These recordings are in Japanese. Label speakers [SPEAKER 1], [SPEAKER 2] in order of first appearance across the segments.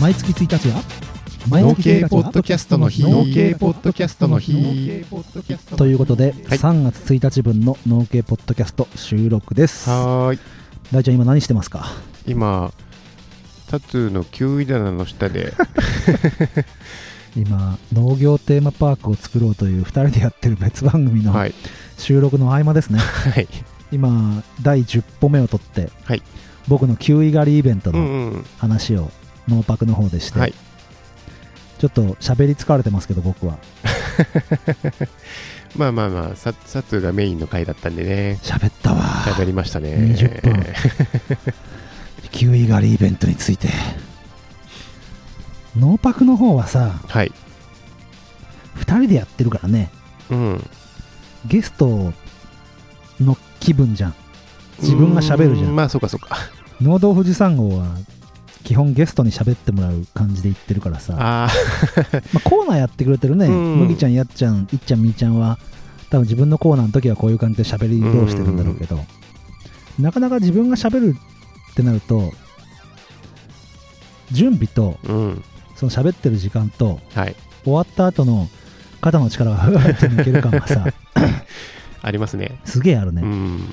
[SPEAKER 1] 毎月1日は
[SPEAKER 2] 農系ポッドキャストの日
[SPEAKER 3] 農系ポッドキャストの日
[SPEAKER 1] ということで、
[SPEAKER 2] はい
[SPEAKER 1] 3月1日分の農系ポッドキャスト収録です
[SPEAKER 2] はーい
[SPEAKER 1] 大ちゃん今何してますか
[SPEAKER 2] 今タトゥーのキウイ棚の下で
[SPEAKER 1] 今農業テーマパークを作ろうという2人でやってる別番 組の
[SPEAKER 2] はい
[SPEAKER 1] 収録の合間ですね、
[SPEAKER 2] はい
[SPEAKER 1] 今第10歩目を取って、
[SPEAKER 2] はい
[SPEAKER 1] 僕のキウイ狩りイベント
[SPEAKER 2] うん
[SPEAKER 1] の
[SPEAKER 2] うん
[SPEAKER 1] 話をノーパクの方でして、
[SPEAKER 2] はい
[SPEAKER 1] ちょっと喋り疲れてますけど僕は
[SPEAKER 2] まあまあまあササトゥーがメインの回だったんでね
[SPEAKER 1] 喋ったわ
[SPEAKER 2] 喋りましたね
[SPEAKER 1] 20分キウイ狩りイベントについてノーパクの方はさ
[SPEAKER 2] はい
[SPEAKER 1] 2人でやってるからね
[SPEAKER 2] うん
[SPEAKER 1] ゲストの気分じゃん自分が喋るじゃ
[SPEAKER 2] うんまあそうかそうか
[SPEAKER 1] 農道富士山号は基本ゲストに喋ってもらう感じで言ってるからさ
[SPEAKER 2] あ
[SPEAKER 1] まあ、コーナーやってくれてるね、
[SPEAKER 2] うん
[SPEAKER 1] 麦ちゃんやっちゃんいっちゃんみーちゃんは多分自分のコーナーの時はこういう感じで喋り通してるんだろうけど、なかなか自分が喋るってなると準備と
[SPEAKER 2] あうん
[SPEAKER 1] その喋ってる時間と
[SPEAKER 2] はい
[SPEAKER 1] 終わった後の肩の力がふわって抜ける感が さ
[SPEAKER 2] ありますね
[SPEAKER 1] すげえあるね、
[SPEAKER 2] うん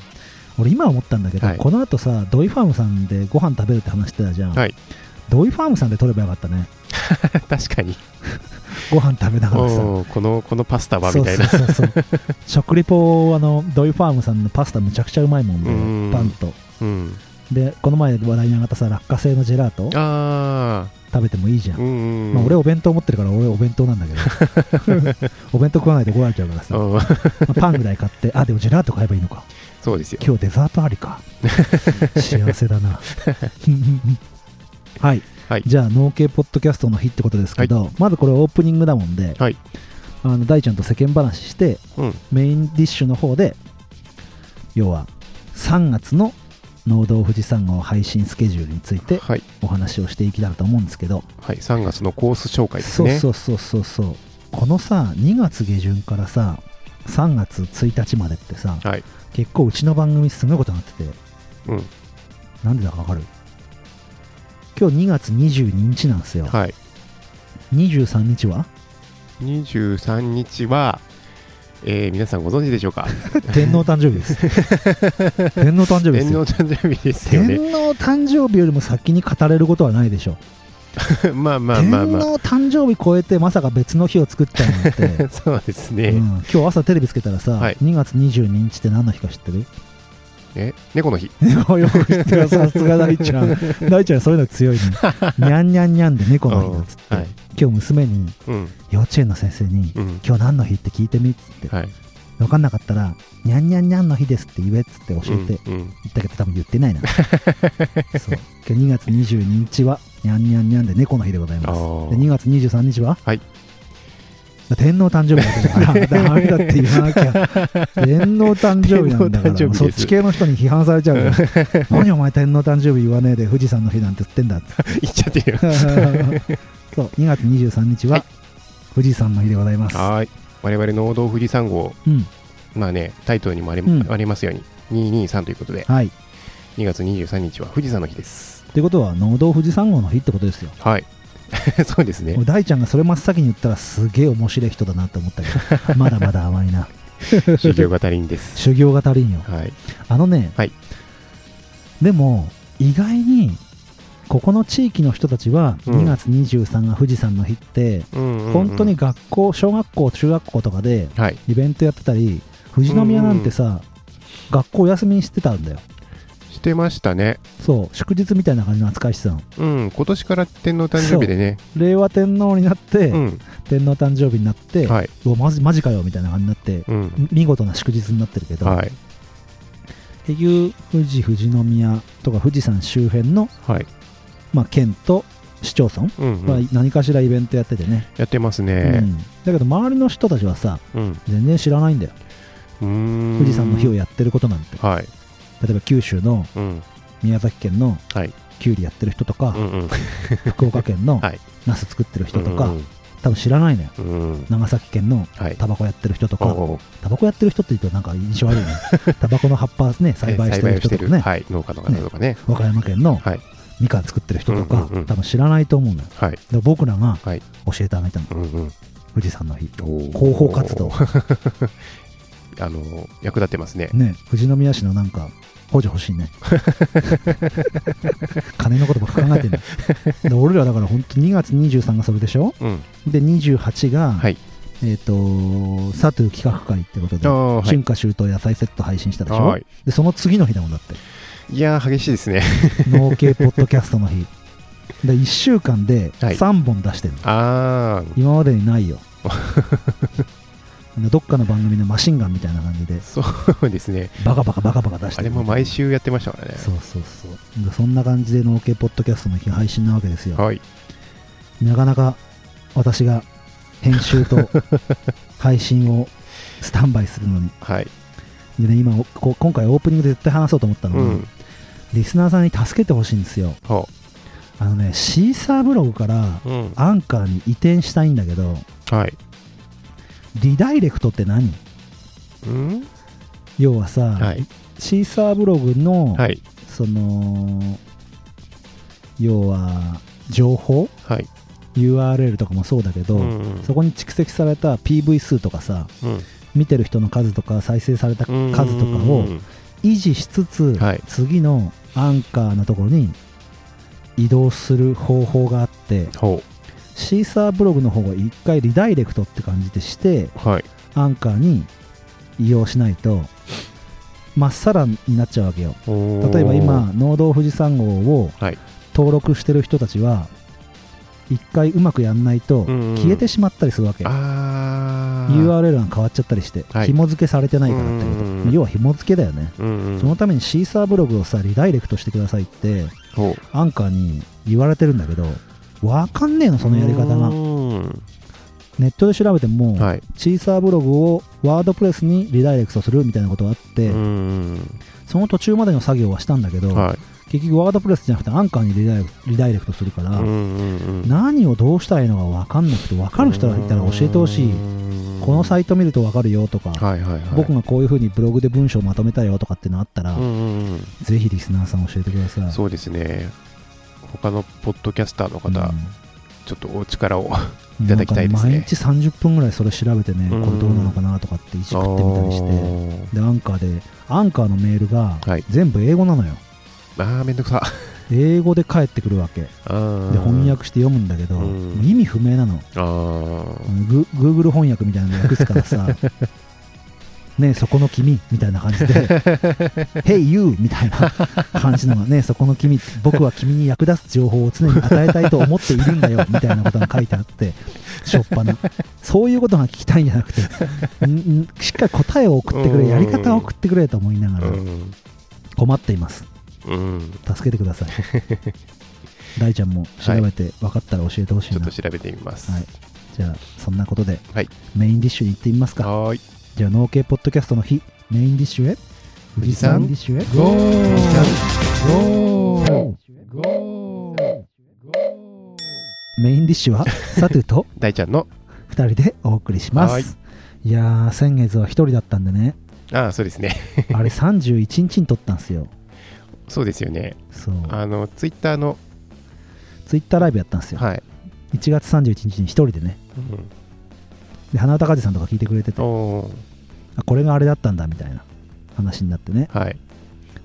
[SPEAKER 1] 俺今思ったんだけど、
[SPEAKER 2] はい
[SPEAKER 1] この後さドイファームさんでご飯食べるって話してたじゃん、
[SPEAKER 2] はい
[SPEAKER 1] ドイファームさんで撮ればよかったね
[SPEAKER 2] 確かに
[SPEAKER 1] ご飯食べながらさ
[SPEAKER 2] おーこのこのパスタはみたいな
[SPEAKER 1] そうそうそうそう 食リポをあのドイファームさんのパスタむちゃくちゃうまいもんで
[SPEAKER 2] うん
[SPEAKER 1] パンと
[SPEAKER 2] うん
[SPEAKER 1] でこの前話題に上がったさ落花生のジェラート
[SPEAKER 2] あ
[SPEAKER 1] 食べてもいいじゃ
[SPEAKER 2] あ
[SPEAKER 1] ん、
[SPEAKER 2] うんうん
[SPEAKER 1] まあ、俺お弁当持ってるから俺お弁当なんだけど お弁当食わないと怒られちゃうからさ、ま
[SPEAKER 2] うん
[SPEAKER 1] あパンぐらい買ってあでもジェラート買えばいいのか
[SPEAKER 2] そうですよ
[SPEAKER 1] 今日デザートあり か幸せだなはい、
[SPEAKER 2] はい
[SPEAKER 1] じゃあ農系ポッドキャストの日ってことですけど、まずこれオープニングだもんで、
[SPEAKER 2] はい
[SPEAKER 1] あの大ちゃんと世間話して
[SPEAKER 2] うん
[SPEAKER 1] メインディッシュの方で要は3月の農道富士山号配信スケジュールについて
[SPEAKER 2] はい
[SPEAKER 1] お話をしていきたいと思うんですけど、
[SPEAKER 2] はい3月のコース紹介です
[SPEAKER 1] そう
[SPEAKER 2] ね
[SPEAKER 1] そうそうそうそうこのさ2月下旬からさ3月1日までってさ
[SPEAKER 2] はい
[SPEAKER 1] 結構うちの番組すごいことになってて
[SPEAKER 2] うん
[SPEAKER 1] なんでだかわかる今日2月22日なんですよ、
[SPEAKER 2] はい
[SPEAKER 1] 23日は
[SPEAKER 2] 23日は、えー皆さんご存知でしょうか
[SPEAKER 1] 天皇誕生日です 天皇誕生日です
[SPEAKER 2] 天
[SPEAKER 1] よ
[SPEAKER 2] 皇誕生日ですよ
[SPEAKER 1] 天
[SPEAKER 2] ね
[SPEAKER 1] 皇誕生日よりも先に語れることはないでしょ、
[SPEAKER 2] まあまあまあま
[SPEAKER 1] 天皇誕生日超えてまさか別の日を作っちゃうなんて、
[SPEAKER 2] あそうですね、
[SPEAKER 1] うん、今日朝テレビつけたらさ、
[SPEAKER 2] はい
[SPEAKER 1] 2月22日って何の日か知ってる
[SPEAKER 2] え猫の日
[SPEAKER 1] よく知ってるさすが大ちゃ ん大ちゃんそういうの強いねにゃんにゃんにゃんで猫の日だっつって、
[SPEAKER 2] うんはい
[SPEAKER 1] 今日娘に
[SPEAKER 2] うん
[SPEAKER 1] 幼稚園の先生に
[SPEAKER 2] うん
[SPEAKER 1] 今日何の日って聞いてみっつって、
[SPEAKER 2] はい
[SPEAKER 1] 分かんなかったら「にゃんにゃんにゃんの日です」って言えっつって教えて
[SPEAKER 2] う
[SPEAKER 1] 言
[SPEAKER 2] んうん
[SPEAKER 1] ったけど多分言って ないなそう今日2月22日は「にゃんにゃんにゃん」で猫の日でござい
[SPEAKER 2] あ
[SPEAKER 1] ますで
[SPEAKER 2] ー
[SPEAKER 1] 2月23日は
[SPEAKER 2] はい
[SPEAKER 1] 天皇誕生日だ からダメだって言わなきゃ天皇誕生日なんだから
[SPEAKER 2] 天皇誕生日です
[SPEAKER 1] そっち系の人に批判されち ゃうよ何お前天皇誕生日言わねえで富士山の日なんて言ってんだって
[SPEAKER 2] 言っちゃっ てる
[SPEAKER 1] そう2月23日は
[SPEAKER 2] は
[SPEAKER 1] 富士山の日でございます、
[SPEAKER 2] はーい我々農道富士山号
[SPEAKER 1] うん
[SPEAKER 2] まあねタイトルにもあり,、
[SPEAKER 1] うん
[SPEAKER 2] ありますように223ということで
[SPEAKER 1] はい
[SPEAKER 2] 2月23日は富士山の日です
[SPEAKER 1] ってことは農道富士山号の日ってことですよ
[SPEAKER 2] はい そうですね
[SPEAKER 1] もう大ちゃんがそれ真っ先に言ったらすげえ面白い人だなって思った けどまだまだ甘いな
[SPEAKER 2] 修行が足りんです
[SPEAKER 1] 修行が足りんよ
[SPEAKER 2] はい
[SPEAKER 1] あのね、
[SPEAKER 2] はい
[SPEAKER 1] でも意外にここの地域の人たちは
[SPEAKER 2] うん
[SPEAKER 1] 2月23が富士山の日って、
[SPEAKER 2] 本
[SPEAKER 1] 本当に学校小学校中学校とかで
[SPEAKER 2] はい
[SPEAKER 1] イベントやってたり富士宮なんてさ、学校お休みにしてたんだよ
[SPEAKER 2] してましたね
[SPEAKER 1] そう祝日みたいな感じの扱いしてたの
[SPEAKER 2] うん今年から天皇誕生日でね
[SPEAKER 1] 令和天皇になって、
[SPEAKER 2] うん
[SPEAKER 1] 天皇誕生日になって、
[SPEAKER 2] はいう
[SPEAKER 1] わマジマジかよみたいな感じになって、
[SPEAKER 2] うん
[SPEAKER 1] 見事な祝日になってるけど、
[SPEAKER 2] はい
[SPEAKER 1] っていう富士富士宮とか富士山周辺の、
[SPEAKER 2] はい
[SPEAKER 1] まあ、県と市町村
[SPEAKER 2] うんうん
[SPEAKER 1] は何かしらイベントやっててね、
[SPEAKER 2] やってます
[SPEAKER 1] う
[SPEAKER 2] ね
[SPEAKER 1] んだけど周りの人たちはさ
[SPEAKER 2] うん
[SPEAKER 1] 全然知らないんだよ
[SPEAKER 2] うーん
[SPEAKER 1] 富士山の日をやってることなんて
[SPEAKER 2] はい
[SPEAKER 1] 例えば九州の
[SPEAKER 2] うん
[SPEAKER 1] 宮崎県の
[SPEAKER 2] はい
[SPEAKER 1] きゅうりやってる人とか、
[SPEAKER 2] うんうん
[SPEAKER 1] 福岡県の
[SPEAKER 2] はい
[SPEAKER 1] ナス作ってる人とか、
[SPEAKER 2] うん
[SPEAKER 1] 多分知らないのよ
[SPEAKER 2] うんうん
[SPEAKER 1] 長崎県の
[SPEAKER 2] はい
[SPEAKER 1] タバコやってる人と
[SPEAKER 2] お
[SPEAKER 1] か
[SPEAKER 2] お
[SPEAKER 1] タバコやってる人って言うとなんか印象 悪いねタバコの葉っぱね栽培してる人とかね
[SPEAKER 2] はい農家の方とかね
[SPEAKER 1] 和歌山県の
[SPEAKER 2] はい
[SPEAKER 1] みかん作ってる人とか、
[SPEAKER 2] うんうんうん
[SPEAKER 1] 多分知らないと思うのよ
[SPEAKER 2] はい。
[SPEAKER 1] で僕らが
[SPEAKER 2] はい
[SPEAKER 1] 教えてあげたの、
[SPEAKER 2] うんうん。
[SPEAKER 1] 富士山の日広
[SPEAKER 2] 広
[SPEAKER 1] 報活動
[SPEAKER 2] あの役立ってますね。
[SPEAKER 1] ね富士宮市のなんか補助欲しい ね金のことばっか考えてるで俺らだから本当2月23がそれでしょ
[SPEAKER 2] うん。
[SPEAKER 1] で28が、
[SPEAKER 2] はい。
[SPEAKER 1] えっ、と佐藤企画会ってことで、
[SPEAKER 2] ああはい。
[SPEAKER 1] 春夏秋冬野菜セット配信したでしょ、
[SPEAKER 2] はい。
[SPEAKER 1] でその次の日だもんだって
[SPEAKER 2] いやー激しいですね。
[SPEAKER 1] 農系ポッドキャストの日で1週間で
[SPEAKER 2] はい
[SPEAKER 1] 3本出してるの、
[SPEAKER 2] ああ。
[SPEAKER 1] 今までにないよどっかの番組のマシンガンみたいな感じで
[SPEAKER 2] そう ですね。
[SPEAKER 1] バカバカバカバカ出し
[SPEAKER 2] あ
[SPEAKER 1] てる
[SPEAKER 2] れも毎週やってましたからね。
[SPEAKER 1] そうそうそうでそんな感じで農系ポッドキャストの日配信なわけですよ
[SPEAKER 2] はい。
[SPEAKER 1] なかなか私が編集 と配信をスタンバイするのに
[SPEAKER 2] はい。
[SPEAKER 1] で、ね、今こ今回オープニングで絶対話そうと思ったの
[SPEAKER 2] う
[SPEAKER 1] に、
[SPEAKER 2] ん。
[SPEAKER 1] リスナーさんに助けてほしいんですよ
[SPEAKER 2] は
[SPEAKER 1] あのねシーサーブログから
[SPEAKER 2] あ。うん。
[SPEAKER 1] アンカーに移転したいんだけど
[SPEAKER 2] はい。
[SPEAKER 1] リダイレクトって何
[SPEAKER 2] うん。
[SPEAKER 1] 要はさ、
[SPEAKER 2] はい。
[SPEAKER 1] シーサーブログの、
[SPEAKER 2] はい。
[SPEAKER 1] その要は情報
[SPEAKER 2] はい。
[SPEAKER 1] URL とかもそうだけど、
[SPEAKER 2] うんうん
[SPEAKER 1] そこに蓄積された PV 数とかさ
[SPEAKER 2] うん
[SPEAKER 1] 見てる人の数とか再生された
[SPEAKER 2] うん
[SPEAKER 1] 数とか
[SPEAKER 2] う
[SPEAKER 1] を
[SPEAKER 2] ん
[SPEAKER 1] 維持しつつ、
[SPEAKER 2] はい
[SPEAKER 1] 次のアンカーのところに移動する方法があって
[SPEAKER 2] ほ
[SPEAKER 1] シーサーブログの方が一回リダイレクトって感じでして
[SPEAKER 2] う。はい。
[SPEAKER 1] アンカーに移用しないとまっさらになっちゃうわけよ例
[SPEAKER 2] 例
[SPEAKER 1] えば今農道富士山号を
[SPEAKER 2] はい
[SPEAKER 1] 登録してる人たちは一回うまくやんないと
[SPEAKER 2] うんうん
[SPEAKER 1] 消えてしまったりするわけ、
[SPEAKER 2] ああ。
[SPEAKER 1] URL が変わっちゃったりして、
[SPEAKER 2] はい
[SPEAKER 1] 紐付けされてないからってこと、
[SPEAKER 2] うんうんうん
[SPEAKER 1] 要は紐付けだよね、
[SPEAKER 2] うんうん
[SPEAKER 1] そのためにシーサーブログをさリダイレクトしてくださいって
[SPEAKER 2] ほ
[SPEAKER 1] アンカーに言われてるんだけどわかんねえの
[SPEAKER 2] う
[SPEAKER 1] そのやり方が
[SPEAKER 2] うん
[SPEAKER 1] ネットで調べても、
[SPEAKER 2] はい。
[SPEAKER 1] シーサーブログをワードプレスにリダイレクトするみたいなことがあって、
[SPEAKER 2] うん
[SPEAKER 1] その途中までの作業はしたんだけ
[SPEAKER 2] う
[SPEAKER 1] ど、
[SPEAKER 2] ん。はい。
[SPEAKER 1] 結局ワードプレスじゃなくてアンカーにリダイレリダイレクトするから、
[SPEAKER 2] うんうんうん
[SPEAKER 1] 何をどうしたらいいのか分かんなくて分かる人がいたら教えてほしいこのサ
[SPEAKER 2] イ
[SPEAKER 1] イト見ると分かるよとか、
[SPEAKER 2] はいはいはい。
[SPEAKER 1] 僕がこういうふうにブログで文章をまとめたよとかってのあったら、
[SPEAKER 2] うんうんうん
[SPEAKER 1] ぜひリスナーさん教えてください
[SPEAKER 2] そうですね。他のポッドキャスターの方、ちょっとお力を。
[SPEAKER 1] うん
[SPEAKER 2] いただきたいですね
[SPEAKER 1] なんか毎日30分ぐらいそれ調べてね、
[SPEAKER 2] うん
[SPEAKER 1] これどうなのかなとかっていじくってみたりしてでアンカーでアンカーのメールが
[SPEAKER 2] はい
[SPEAKER 1] 全部英語なのよ
[SPEAKER 2] あーあー、めんどくさ。
[SPEAKER 1] 英語で返ってくるわけで
[SPEAKER 2] あー
[SPEAKER 1] 翻。訳して読むんだけど、
[SPEAKER 2] うん
[SPEAKER 1] 意味不明なの
[SPEAKER 2] あー
[SPEAKER 1] グ Google 翻訳みたいなの訳すから さねえそこの君みたいな感 じで「Hey you」みたいな感じの がねえそこの君僕は君に役立つ情報を常に与えたいと思っているんだ よみたいなことが書いてあってしょっぱなそういうことが聞きたいんじゃなくてんんしっかり答えを送ってく
[SPEAKER 2] う
[SPEAKER 1] れ
[SPEAKER 2] ん
[SPEAKER 1] やり方を送ってくれと思いながら
[SPEAKER 2] うん
[SPEAKER 1] 困っています
[SPEAKER 2] うん。
[SPEAKER 1] 助けてく ださい大ちゃんも調べて分かったら教えてほしい
[SPEAKER 2] ちょ
[SPEAKER 1] な、
[SPEAKER 2] っと調べてみます。
[SPEAKER 1] はいじゃあそんなことで、
[SPEAKER 2] はい
[SPEAKER 1] メインディッシュに行ってみますか
[SPEAKER 2] はーい。
[SPEAKER 1] じゃあ農系ポッドキャストの日メインディッシュへ
[SPEAKER 2] 富士山
[SPEAKER 1] 富士ディッシュへ
[SPEAKER 3] ゴ
[SPEAKER 1] ゴー
[SPEAKER 3] ゴ
[SPEAKER 1] メインディッシュはサトゥと
[SPEAKER 2] 大ちゃんの、
[SPEAKER 1] 2人でお送りしま
[SPEAKER 2] はい
[SPEAKER 1] すいやー先月は1人だったんで ね
[SPEAKER 2] ああ、そうですね。
[SPEAKER 1] あれ31日に撮ったんすよ
[SPEAKER 2] そうですよね。
[SPEAKER 1] そう
[SPEAKER 2] あの、ツイッターの、
[SPEAKER 1] ツイッターライブやったんですよ、
[SPEAKER 2] はい。
[SPEAKER 1] 1月31日に1人でね
[SPEAKER 2] うん
[SPEAKER 1] で花高じさんとか聞いてくれてて
[SPEAKER 2] おー
[SPEAKER 1] あこれがあれだったんだみたいな話になってね
[SPEAKER 2] はい。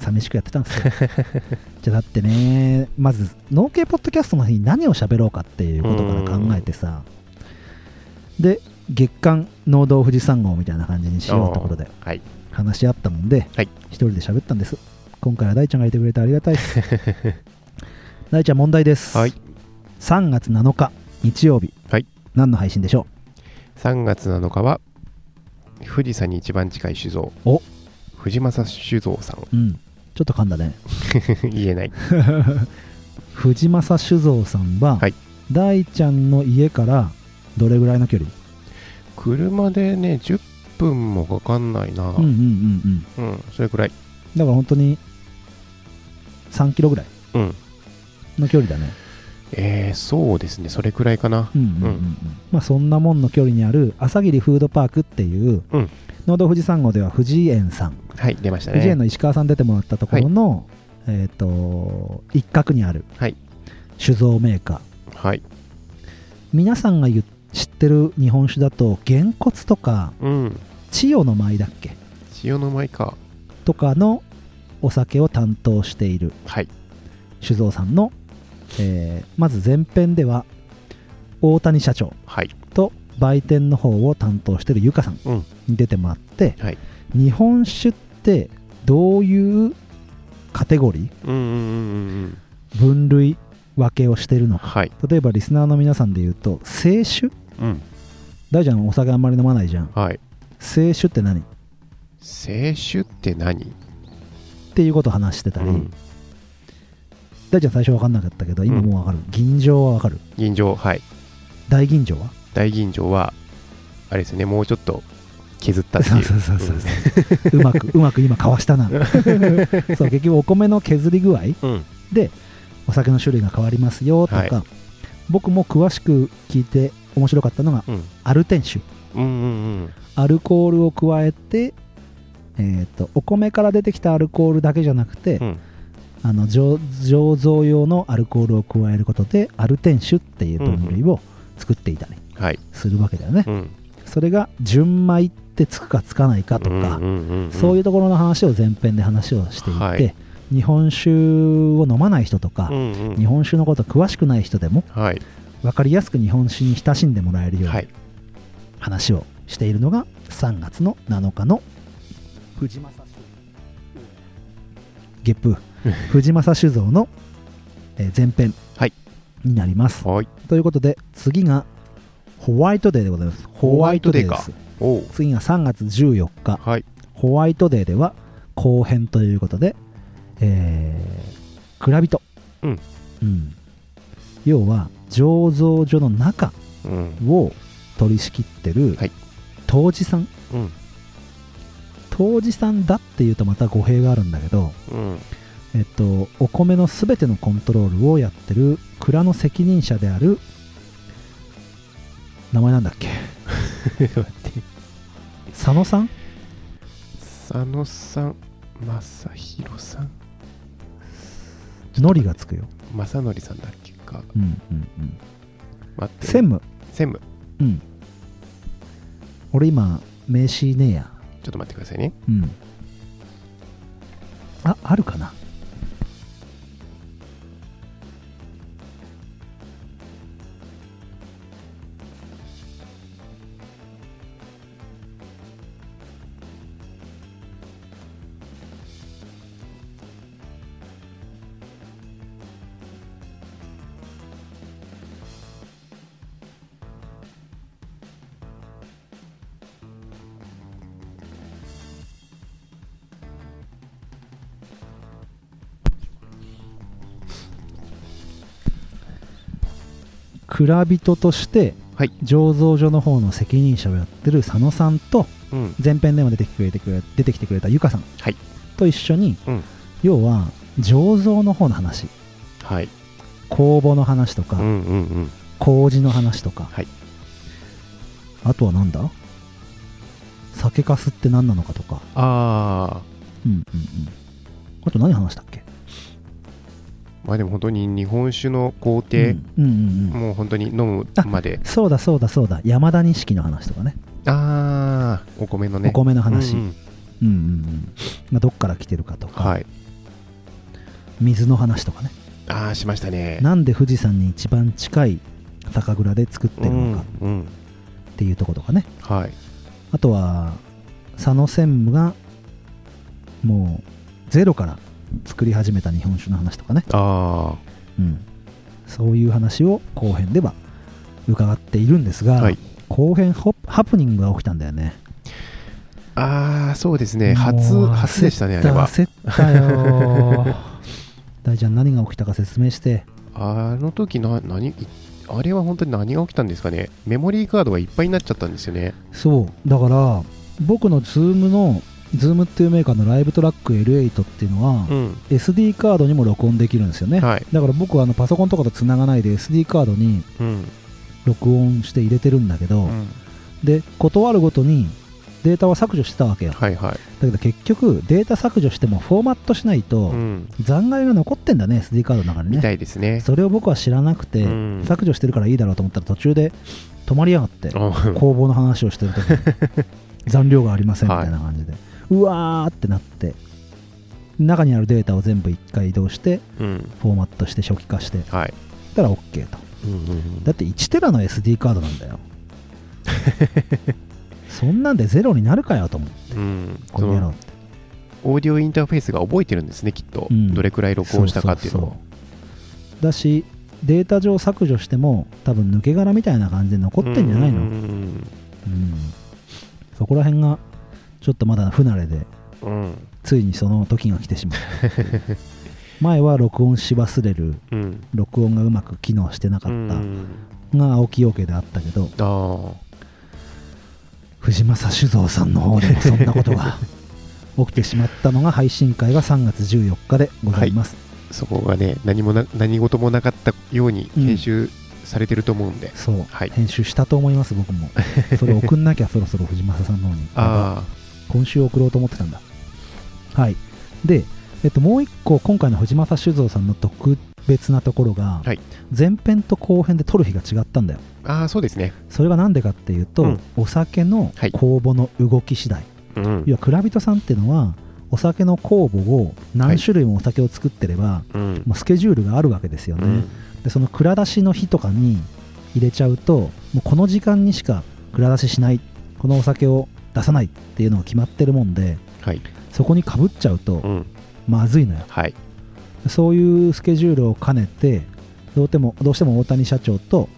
[SPEAKER 1] 寂しくやってたんですよ じゃあだってねまず農系ポッドキャストの日に何を喋ろうかっていうことから考えてさで月間農道富士山号みたいな感じにしようってことで
[SPEAKER 2] おーはい。
[SPEAKER 1] 話し合ったもんで、
[SPEAKER 2] はい
[SPEAKER 1] 一人で喋ったんです今回は大ちゃんがいてくれてありがたいです 大ちゃん問題です、
[SPEAKER 2] はい。
[SPEAKER 1] 3月7日日曜日、
[SPEAKER 2] はい
[SPEAKER 1] 何の配信でしょ
[SPEAKER 2] 3月7日は富士山に一番近い酒造
[SPEAKER 1] お
[SPEAKER 2] 藤正酒造さん
[SPEAKER 1] ううんちょっと噛んだね
[SPEAKER 2] 言えない
[SPEAKER 1] 藤正酒造さんは、
[SPEAKER 2] はい
[SPEAKER 1] 大ちゃんの家からどれぐらいの距離
[SPEAKER 2] 車でね10分もかかんないな
[SPEAKER 1] うう
[SPEAKER 2] うん、
[SPEAKER 1] んうんん
[SPEAKER 2] それくらい
[SPEAKER 1] だから本当に3キロぐらい
[SPEAKER 2] うん
[SPEAKER 1] の距離だね
[SPEAKER 2] えー、そうですねそれくらいかな
[SPEAKER 1] うんうんうんうん、
[SPEAKER 2] う
[SPEAKER 1] まあそんなもんの距離にある朝霧フードパークっていう
[SPEAKER 2] うん
[SPEAKER 1] 農道富士山号では藤井園さん
[SPEAKER 2] はい出ましたね
[SPEAKER 1] 藤井園の石川さん出てもらったところの、えっ、と、一角にある、
[SPEAKER 2] はい
[SPEAKER 1] 酒造メーカー。
[SPEAKER 2] はい。
[SPEAKER 1] 皆さんが言う知ってる日本酒だと、げんこつとか、
[SPEAKER 2] うん。
[SPEAKER 1] 千代の舞だっけ
[SPEAKER 2] 塩の舞か。
[SPEAKER 1] とかのお酒を担当している
[SPEAKER 2] はい。
[SPEAKER 1] 酒造さんの、えーまず前編では、大谷社長
[SPEAKER 2] はい。
[SPEAKER 1] と売店の方を担当してるゆかさん
[SPEAKER 2] うん
[SPEAKER 1] に出てもらって、
[SPEAKER 2] はい
[SPEAKER 1] 日本酒ってどういうカテゴリー
[SPEAKER 2] うんうんうんうんうん。
[SPEAKER 1] 分類分けをしてるのか
[SPEAKER 2] はい。
[SPEAKER 1] 例えばリスナーの皆さんで言うと清酒
[SPEAKER 2] うん。
[SPEAKER 1] 大ちゃんお酒あんまり飲まないじゃん
[SPEAKER 2] はい。
[SPEAKER 1] 清酒って何っ
[SPEAKER 2] 清酒って何
[SPEAKER 1] ていうことを話してた
[SPEAKER 2] う
[SPEAKER 1] り、
[SPEAKER 2] ん。
[SPEAKER 1] 大ちゃん最初分かんなかったけど今もう分かる、吟醸は分かる
[SPEAKER 2] 吟醸、はい。
[SPEAKER 1] 大吟醸は
[SPEAKER 2] 大吟醸は、あれですね、もうちょっと削ったって
[SPEAKER 1] そ
[SPEAKER 2] いうう。
[SPEAKER 1] そうそうそうそううまくうまく今かわした なそう結局お米の削り具合
[SPEAKER 2] うん。
[SPEAKER 1] でお酒の種類が変わりますよとか、
[SPEAKER 2] はい
[SPEAKER 1] 僕も詳しく聞いて面白かったのが
[SPEAKER 2] うん。
[SPEAKER 1] アルテン酒
[SPEAKER 2] うんうんうん。
[SPEAKER 1] アルコールを加えて、えー、とお米から出てきたアルコールだけじゃなくて、
[SPEAKER 2] うん
[SPEAKER 1] あの醸醸造用のアルコールを加えることでアルテン酒っていう分類を作っていたり
[SPEAKER 2] はい。
[SPEAKER 1] するわけだよね、
[SPEAKER 2] うん。
[SPEAKER 1] それが純米ってつくかつかないかとか、そういううところの話を前編で話をしていて、
[SPEAKER 2] はい
[SPEAKER 1] 日本酒を飲まない人とか、
[SPEAKER 2] んうんうん
[SPEAKER 1] 日本酒のこと詳しくない人でも
[SPEAKER 2] はい。
[SPEAKER 1] 分かりやすく日本酒に親しんでもらえるよう
[SPEAKER 2] は。
[SPEAKER 1] ない話をしているのが3月の7日の藤正酒ゲッ プ藤正酒造のえー前編
[SPEAKER 2] はい
[SPEAKER 1] になります、
[SPEAKER 2] はい。
[SPEAKER 1] ということで次がホワイトデーでございますホ
[SPEAKER 2] ワイトデーか
[SPEAKER 1] です
[SPEAKER 2] おう。
[SPEAKER 1] 次が3月14日
[SPEAKER 2] はい。
[SPEAKER 1] ホワイトデーでは後編ということで、えー、蔵人、
[SPEAKER 2] うん
[SPEAKER 1] うん要は醸造所の中
[SPEAKER 2] うん。
[SPEAKER 1] を取り仕切ってる
[SPEAKER 2] はい
[SPEAKER 1] 杜氏さん
[SPEAKER 2] うん。
[SPEAKER 1] 杜氏さんだっていうとまた語弊があるんだけど、
[SPEAKER 2] うん。
[SPEAKER 1] えっと、お米の全てのコントロールをやってる蔵の責任者である名前なんだっけ佐野さん
[SPEAKER 2] 佐野さん、正弘さん、
[SPEAKER 1] のりがつくよ、
[SPEAKER 2] 正則さんだっけか。
[SPEAKER 1] うんうんうん、
[SPEAKER 2] 待って。
[SPEAKER 1] 専務
[SPEAKER 2] 専務。
[SPEAKER 1] うん。俺今、名刺ねえや。
[SPEAKER 2] ちょっと待ってくださいね。
[SPEAKER 1] うん。あ、あるかな蔵人として、
[SPEAKER 2] はい
[SPEAKER 1] 醸造所の方の責任者をやってる佐野さんと、
[SPEAKER 2] うん。
[SPEAKER 1] 前編でも出てきてくれてくれ出てきてくれたゆかさん、
[SPEAKER 2] はい
[SPEAKER 1] と一緒に、
[SPEAKER 2] うん
[SPEAKER 1] 要は、醸造の方の話、
[SPEAKER 2] はい。
[SPEAKER 1] 酵母の話とか、
[SPEAKER 2] うんうんうん。
[SPEAKER 1] 麹の話とか、
[SPEAKER 2] はい
[SPEAKER 1] あとはなんだ酒粕って何なのかとか、
[SPEAKER 2] あ
[SPEAKER 1] うんうんうん、あと何話したっけ
[SPEAKER 2] ー。まあでも本当に日本酒の工程、
[SPEAKER 1] うんうんうんうん、
[SPEAKER 2] もう本当に飲むまで。
[SPEAKER 1] そうだそうだそうだ山田錦の話とかね
[SPEAKER 2] あー、お米のね。
[SPEAKER 1] お米の話、う
[SPEAKER 2] う
[SPEAKER 1] ん
[SPEAKER 2] んう
[SPEAKER 1] う
[SPEAKER 2] ん
[SPEAKER 1] んうんまあどっから来てるかとか、
[SPEAKER 2] はい。
[SPEAKER 1] 水の話とかね
[SPEAKER 2] あー、しましたね。
[SPEAKER 1] なんで富士山に一番近い酒蔵で作って
[SPEAKER 2] う
[SPEAKER 1] る
[SPEAKER 2] ん
[SPEAKER 1] のか
[SPEAKER 2] うん。
[SPEAKER 1] っていうとことかね、
[SPEAKER 2] はい。
[SPEAKER 1] あとは佐野専務がもうゼロから作り始めた日本酒の話とかね、
[SPEAKER 2] あ
[SPEAKER 1] うん、そういう話を後編では伺っているんですが、
[SPEAKER 2] はい
[SPEAKER 1] 後編ホハプニングが起きたんだよね
[SPEAKER 2] ー。あー、そうですね。
[SPEAKER 1] も
[SPEAKER 2] 初、
[SPEAKER 1] う
[SPEAKER 2] 初でしたね、あれは。
[SPEAKER 1] 焦ったよ ー大ちゃん何が起きたか説明して
[SPEAKER 2] あの時な何いあれは本当に何が起きたんですかねメモリーカードがいっぱいになっちゃったんですよね
[SPEAKER 1] そうだから僕の Zoom の Zoom っていうメーカーのライブトラック L8 っていうのは、
[SPEAKER 2] うん
[SPEAKER 1] SD カードにも録音できるんですよね、
[SPEAKER 2] はい
[SPEAKER 1] だから僕はあのパソコンとかと繋がないで SD カードに
[SPEAKER 2] うん
[SPEAKER 1] 録音して入れてるんだけど、
[SPEAKER 2] うん
[SPEAKER 1] で断るごとにデータは削除してたわけよだ
[SPEAKER 2] はいはい。
[SPEAKER 1] けど結局データ削除してもフォーマットしないと
[SPEAKER 2] うん。
[SPEAKER 1] 残骸が残ってんだね SD カードの中に
[SPEAKER 2] みた
[SPEAKER 1] ね
[SPEAKER 2] いですね。
[SPEAKER 1] それを僕は知らなくて
[SPEAKER 2] うん
[SPEAKER 1] 削除してるからいいだろうと思ったら途中で止まりやがって
[SPEAKER 2] あは
[SPEAKER 1] 工房の話をしてる時 に残量がありませんみたいな感じで、うわーってなって中にあるデータを全部一回移動して
[SPEAKER 2] うん。
[SPEAKER 1] フォーマットして初期化して
[SPEAKER 2] はい。
[SPEAKER 1] たら OK と
[SPEAKER 2] うんうんうん
[SPEAKER 1] だって1テラの SD カードなんだ よそんなんでゼロになるかよと思う
[SPEAKER 2] うん。
[SPEAKER 1] こ
[SPEAKER 2] そ
[SPEAKER 1] の野郎
[SPEAKER 2] の
[SPEAKER 1] って
[SPEAKER 2] オーディオインターフェースが覚えてるんですね、きっと
[SPEAKER 1] う。ん
[SPEAKER 2] どれくらい録音したかっていうの
[SPEAKER 1] そ
[SPEAKER 2] を
[SPEAKER 1] そ。そうだしデータ上削除しても多分抜け殻みたいな感じで残ってんじゃないの、
[SPEAKER 2] う
[SPEAKER 1] うん
[SPEAKER 2] ん
[SPEAKER 1] そこら辺がちょっとまだ不慣れで
[SPEAKER 2] うんうん。うん
[SPEAKER 1] ついにその時が来てしま う前は録音し忘れる
[SPEAKER 2] うん。
[SPEAKER 1] 録音がうまく機能してなか
[SPEAKER 2] う
[SPEAKER 1] っ
[SPEAKER 2] ん
[SPEAKER 1] たが青木陽介であったけど
[SPEAKER 2] ああ。
[SPEAKER 1] 藤正酒造さんの方でもそんなことが 起きてしまったのが配信会が3月14日でございます、
[SPEAKER 2] そこがね、何もな、何事もなかったように編集されてると思うんで。
[SPEAKER 1] そう、
[SPEAKER 2] はい
[SPEAKER 1] 編集したと思います僕もそれ送んなきゃそろそろ藤正さんの方に
[SPEAKER 2] あ
[SPEAKER 1] 今週送ろうと思ってたんだはいで、えっと、もう一個今回の藤正酒造さんの特別なところが、
[SPEAKER 2] はい
[SPEAKER 1] 前編と後編で撮る日が違ったんだよ
[SPEAKER 2] あ。ああ、そうですね。
[SPEAKER 1] それが何でかっていうと、
[SPEAKER 2] うん
[SPEAKER 1] お酒の
[SPEAKER 2] はい
[SPEAKER 1] 酵母の動き次第、
[SPEAKER 2] うん
[SPEAKER 1] 要は蔵人さんっていうのはお酒の酵母を何種類もお酒を作ってれば、
[SPEAKER 2] うん。
[SPEAKER 1] もうスケジュールがあるわけですよね、
[SPEAKER 2] うん
[SPEAKER 1] でその蔵出しの日とかに入れちゃうともうこの時間にしか蔵出ししないこのお酒を出さないっていうのが決まってるもんで
[SPEAKER 2] はい。
[SPEAKER 1] そこにかぶっちゃうと
[SPEAKER 2] うん。
[SPEAKER 1] まずいのよ
[SPEAKER 2] はい。
[SPEAKER 1] そういうスケジュールを兼ねてどうしてもどうしても大谷社長と,、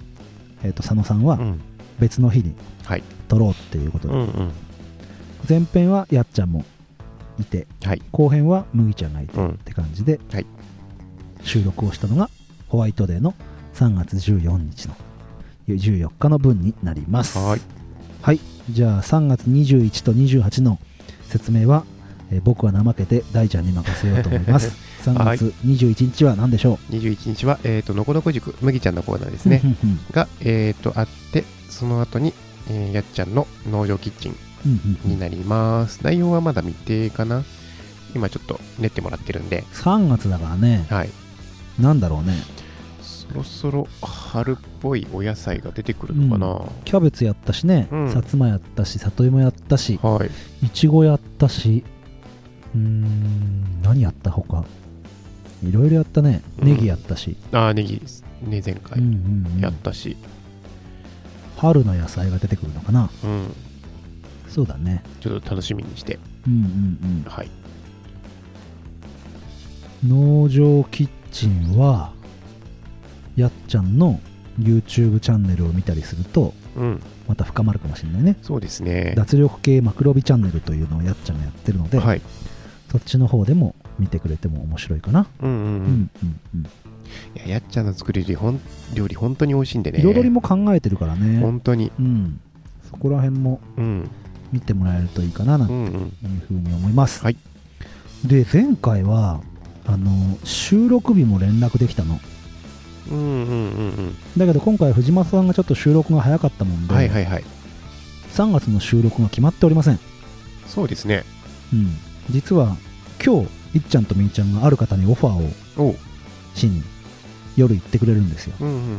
[SPEAKER 1] えーと佐野さんは
[SPEAKER 2] うん。
[SPEAKER 1] 別の日に
[SPEAKER 2] はい。
[SPEAKER 1] 撮ろうっていうこと
[SPEAKER 2] う
[SPEAKER 1] で、
[SPEAKER 2] んうん。
[SPEAKER 1] 前編はやっちゃんもいて
[SPEAKER 2] はい。
[SPEAKER 1] 後編は麦ちゃんがいて
[SPEAKER 2] う
[SPEAKER 1] っ
[SPEAKER 2] ん。
[SPEAKER 1] て感じで、
[SPEAKER 2] はい
[SPEAKER 1] 収録をしたのがホワイトデーの3月14日の14日の分になります
[SPEAKER 2] はい
[SPEAKER 1] はいじゃあ3月21と28の説明は、えー僕は怠けて大ちゃんに任せようと思います3
[SPEAKER 2] はい
[SPEAKER 1] 月21日は何でしょ
[SPEAKER 2] 21日は、えっ、と、のこのこ塾、麦ちゃんのコーナーです
[SPEAKER 1] う、
[SPEAKER 2] ね。
[SPEAKER 1] うんうん
[SPEAKER 2] が、えっ、と、あって、その後に、えーやっちゃんの農場キッチン
[SPEAKER 1] うんうんう
[SPEAKER 2] に
[SPEAKER 1] ん
[SPEAKER 2] なります。内容はまだ未定かな。今ちょっと練ってもらってるんで、
[SPEAKER 1] 3月だからね
[SPEAKER 2] はい。
[SPEAKER 1] なんだろうね
[SPEAKER 2] そろそろ春っぽいお野菜が出てくるのかな。
[SPEAKER 1] キャベツやったしね、
[SPEAKER 2] うん
[SPEAKER 1] さつまやったし里芋やったし
[SPEAKER 2] はい。
[SPEAKER 1] いちごやったし、うーん、何やったほか。いろいろやったね。
[SPEAKER 2] うん
[SPEAKER 1] ネギやったし。
[SPEAKER 2] ああ、ネギですね、前回
[SPEAKER 1] うんうんうん
[SPEAKER 2] やったし。
[SPEAKER 1] 春の野菜が出てくるのかな。
[SPEAKER 2] うん。
[SPEAKER 1] そうだね。
[SPEAKER 2] ちょっと楽しみにして。
[SPEAKER 1] うんうん
[SPEAKER 2] はい。
[SPEAKER 1] うん。農場キッチンは、やっちゃんの YouTube チャンネルを見たりすると、
[SPEAKER 2] うん。
[SPEAKER 1] また深まるかもしれないね。
[SPEAKER 2] そうですね。
[SPEAKER 1] 脱力系マクロビチャンネルというのをやっちゃんがやってるので、
[SPEAKER 2] はい。
[SPEAKER 1] そっちの方でも見てくれても面白いかな。
[SPEAKER 2] うんうん
[SPEAKER 1] う
[SPEAKER 2] うん。
[SPEAKER 1] んうんうん。
[SPEAKER 2] いややっちゃんの作る料理ほん料理本当に美味しいんでね。
[SPEAKER 1] 彩りも考えてるからね。
[SPEAKER 2] 本当に。
[SPEAKER 1] うん、そこら辺も
[SPEAKER 2] うん。
[SPEAKER 1] 見てもらえるといいかななん
[SPEAKER 2] う
[SPEAKER 1] て
[SPEAKER 2] んうん。
[SPEAKER 1] いうふうに思います、
[SPEAKER 2] はい
[SPEAKER 1] で前回はあの収録日も連絡できたの
[SPEAKER 2] うんうんうん
[SPEAKER 1] だけど今回藤松さんがちょっと収録が早かったもん
[SPEAKER 2] う
[SPEAKER 1] で、
[SPEAKER 2] ん。はいはいはい。
[SPEAKER 1] 3月の収録が決まっておりません、
[SPEAKER 2] そうですね。
[SPEAKER 1] うん、実は今日いっちゃんとみーちゃんがある方にオファーを
[SPEAKER 2] おう。
[SPEAKER 1] しに夜行ってくれるんですよ
[SPEAKER 2] うんうんうん。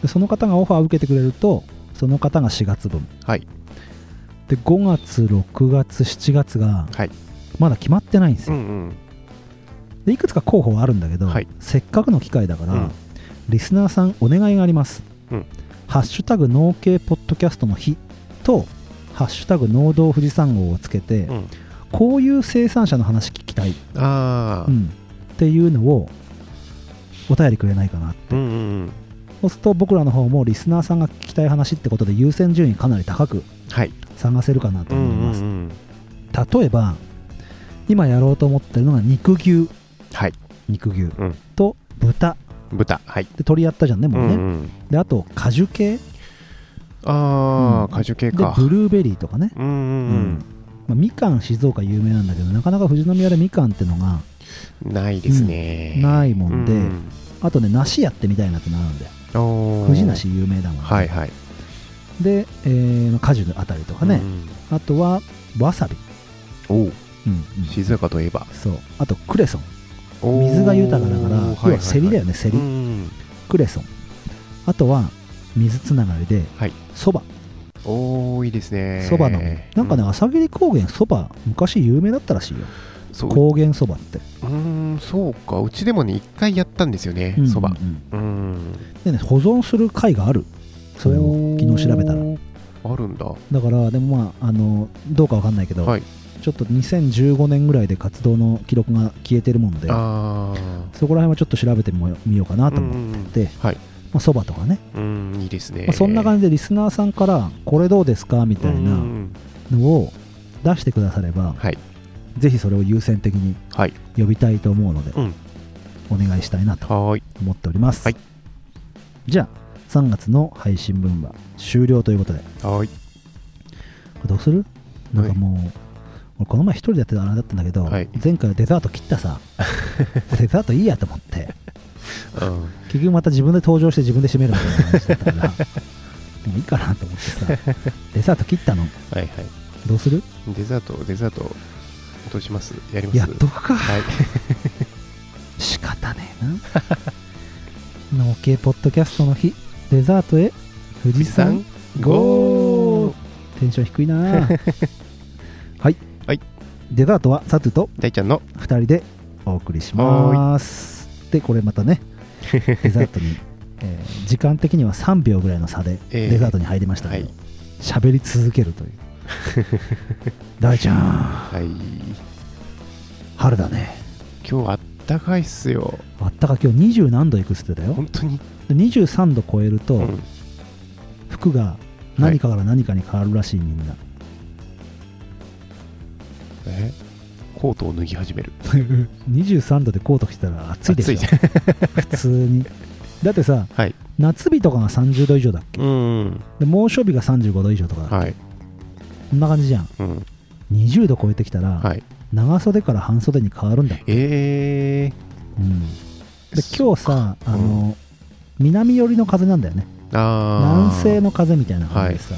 [SPEAKER 1] でその方がオファーを受けてくれるとその方が4月分
[SPEAKER 2] はい。
[SPEAKER 1] で5月6月7月が
[SPEAKER 2] はい。
[SPEAKER 1] まだ決まってないんです
[SPEAKER 2] う
[SPEAKER 1] よ、
[SPEAKER 2] んうん。
[SPEAKER 1] でいくつか候補はあるんだけど、
[SPEAKER 2] はい
[SPEAKER 1] せっかくの機会だから、
[SPEAKER 2] うん
[SPEAKER 1] リスナーさんお願いがあります、
[SPEAKER 2] うん
[SPEAKER 1] ハッシュタグ農系ポッドキャストの日とハッシュタグ農道富士山号をつけて、
[SPEAKER 2] うん。
[SPEAKER 1] こういう生産者の話聞きたい、
[SPEAKER 2] あ
[SPEAKER 1] う
[SPEAKER 2] あ。
[SPEAKER 1] んっていうのをお便りくれないかな
[SPEAKER 2] うんうんうん。
[SPEAKER 1] そうすると僕らの方もリスナーさんが聞きたい話ってことで優先順位かなり高く
[SPEAKER 2] はい。
[SPEAKER 1] 探せるかなと
[SPEAKER 2] う
[SPEAKER 1] 思い
[SPEAKER 2] んう
[SPEAKER 1] ま
[SPEAKER 2] ん
[SPEAKER 1] す、
[SPEAKER 2] うん。
[SPEAKER 1] 例えば今やろうと思ってるのが肉牛
[SPEAKER 2] はい。
[SPEAKER 1] 肉牛、
[SPEAKER 2] ん
[SPEAKER 1] と豚
[SPEAKER 2] 豚。はい。
[SPEAKER 1] で鳥やったじゃんね
[SPEAKER 2] う
[SPEAKER 1] もうね、
[SPEAKER 2] んうん。
[SPEAKER 1] であと果樹系で
[SPEAKER 2] あ
[SPEAKER 1] うん
[SPEAKER 2] あ、果樹系
[SPEAKER 1] ブ
[SPEAKER 2] か。
[SPEAKER 1] ルーベリーとかね、
[SPEAKER 2] うんうん
[SPEAKER 1] まあ、みかん静岡有名なんだけどなかなか富士宮でみかんってのが
[SPEAKER 2] うん。ないですね。
[SPEAKER 1] ないもんで、
[SPEAKER 2] うん
[SPEAKER 1] あとね梨やってみたいなってなるんだよ
[SPEAKER 2] おー
[SPEAKER 1] 富士梨有名だもんね、
[SPEAKER 2] はいはい。
[SPEAKER 1] で、えー、果樹のあたりとかね、
[SPEAKER 2] うん
[SPEAKER 1] あとはわさび、
[SPEAKER 2] おう
[SPEAKER 1] うんうん
[SPEAKER 2] 静岡といえば
[SPEAKER 1] そうあとクレソン
[SPEAKER 2] おー
[SPEAKER 1] 水が豊かだから
[SPEAKER 2] はい
[SPEAKER 1] 要はセリだよねセ
[SPEAKER 2] はい
[SPEAKER 1] リ、
[SPEAKER 2] はいうん
[SPEAKER 1] クレソンあとは水つながりで
[SPEAKER 2] はい
[SPEAKER 1] そば
[SPEAKER 2] おーいいですね
[SPEAKER 1] そばのなんかね朝霧高原そば昔有名だったらしいよ
[SPEAKER 2] うんそう
[SPEAKER 1] 高原そばって
[SPEAKER 2] うーんそうかうちでもね一回やったんですよね
[SPEAKER 1] うん
[SPEAKER 2] そば
[SPEAKER 1] うんうん
[SPEAKER 2] うん
[SPEAKER 1] でね保存する貝があるそれを昨日調べたら
[SPEAKER 2] おーあるんだは
[SPEAKER 1] だからでもまああのどうかわかんないけど、
[SPEAKER 2] い
[SPEAKER 1] ちょっと2015年ぐらいで活動の記録が消えてるもんで
[SPEAKER 2] あ
[SPEAKER 1] そこら辺はちょっと調べてみよみようかな
[SPEAKER 2] あ
[SPEAKER 1] と思ってて
[SPEAKER 2] はい
[SPEAKER 1] まあそば、とかね、
[SPEAKER 2] うんいいですね
[SPEAKER 1] まあ、そんな感
[SPEAKER 2] じ
[SPEAKER 1] じでリスナーさんからこれどうですかみたいなのを出してくだされば
[SPEAKER 2] はい
[SPEAKER 1] ぜひそれを優先的に
[SPEAKER 2] はい
[SPEAKER 1] 呼びたいと思うので、
[SPEAKER 2] うん
[SPEAKER 1] お願いしたいなと
[SPEAKER 2] はーい
[SPEAKER 1] 思っております、
[SPEAKER 2] はい
[SPEAKER 1] じゃあ3月の配信分は終了ということでこ
[SPEAKER 2] はーい
[SPEAKER 1] れどうするなんかもう、俺この前一人でやってたあれだったんだけど、
[SPEAKER 2] はい
[SPEAKER 1] 前回デザート切ったさ デザートいいやと思って
[SPEAKER 2] うん
[SPEAKER 1] 結局また自分で登場して自分で締めるみたいな話だ ったからでもいいかなと思ってさデザート切ったの
[SPEAKER 2] はいはい
[SPEAKER 1] どうする
[SPEAKER 2] デザートデザートどうしますやります
[SPEAKER 1] やっとくか
[SPEAKER 2] はい
[SPEAKER 1] 仕方ねえな OK ポッドキャストの日デザートへ富士山ゴーテンション低い なはい、
[SPEAKER 2] はい、
[SPEAKER 1] デザートはサトゥと
[SPEAKER 2] 大ちゃんの
[SPEAKER 1] 2人でお送りしますでこれまた ねデザートに、えー時間的には3秒ぐらいの差で
[SPEAKER 2] えー
[SPEAKER 1] デザートに入りましたけど
[SPEAKER 2] はい
[SPEAKER 1] 喋、り続ける という大ちゃん
[SPEAKER 2] はい
[SPEAKER 1] 春だね
[SPEAKER 2] 今日あったかいっすよ
[SPEAKER 1] あったか今日20何度いくっつってたよ
[SPEAKER 2] 本当に
[SPEAKER 1] で23度超えると、
[SPEAKER 2] うん
[SPEAKER 1] 服が何かから何かに変わるらしいみんな、
[SPEAKER 2] えコートを脱ぎ始める
[SPEAKER 1] 23度でコート着てたら暑いでしょ
[SPEAKER 2] 暑い
[SPEAKER 1] 普通にだってさ
[SPEAKER 2] はい
[SPEAKER 1] 夏日とかが30度以上だっけ
[SPEAKER 2] うん
[SPEAKER 1] で猛暑日が35度以上とかだっけ、
[SPEAKER 2] はい
[SPEAKER 1] こんな感じじゃん
[SPEAKER 2] うん
[SPEAKER 1] 20度超えてきたら、
[SPEAKER 2] はい
[SPEAKER 1] 長袖から半袖に変わるんだ、
[SPEAKER 2] え
[SPEAKER 1] うん、で
[SPEAKER 2] そ
[SPEAKER 1] 今日さあの、南寄りの風なんだよね
[SPEAKER 2] ーあ
[SPEAKER 1] 南
[SPEAKER 2] ー
[SPEAKER 1] 西の風みたいな感じでさ、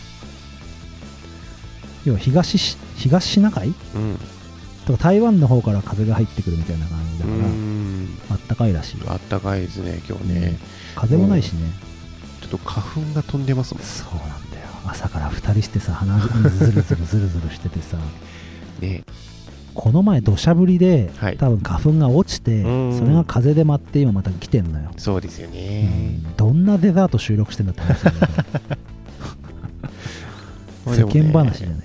[SPEAKER 1] 要は東し東シナ海
[SPEAKER 2] うん
[SPEAKER 1] とか台湾の方から風が入ってくるみたいな感じだ
[SPEAKER 2] う
[SPEAKER 1] から、
[SPEAKER 2] ん
[SPEAKER 1] あったかいらしいよ
[SPEAKER 2] あったかいですね今日ね
[SPEAKER 1] 風もないしね、
[SPEAKER 2] ちょっと花粉が飛んでますもん
[SPEAKER 1] そうなんだよ朝から2人してさ鼻がずるずるずるずるしててさ
[SPEAKER 2] ね
[SPEAKER 1] この前土砂降りで、
[SPEAKER 2] はい
[SPEAKER 1] 多分花粉が落ちて
[SPEAKER 2] うん
[SPEAKER 1] それが風で舞って今また来てんのよ、
[SPEAKER 2] そうですよね
[SPEAKER 1] うんどんなデザート収録してんだって話だ
[SPEAKER 2] まあ
[SPEAKER 1] けど
[SPEAKER 2] で
[SPEAKER 1] 世
[SPEAKER 2] もね
[SPEAKER 1] 間話じゃない、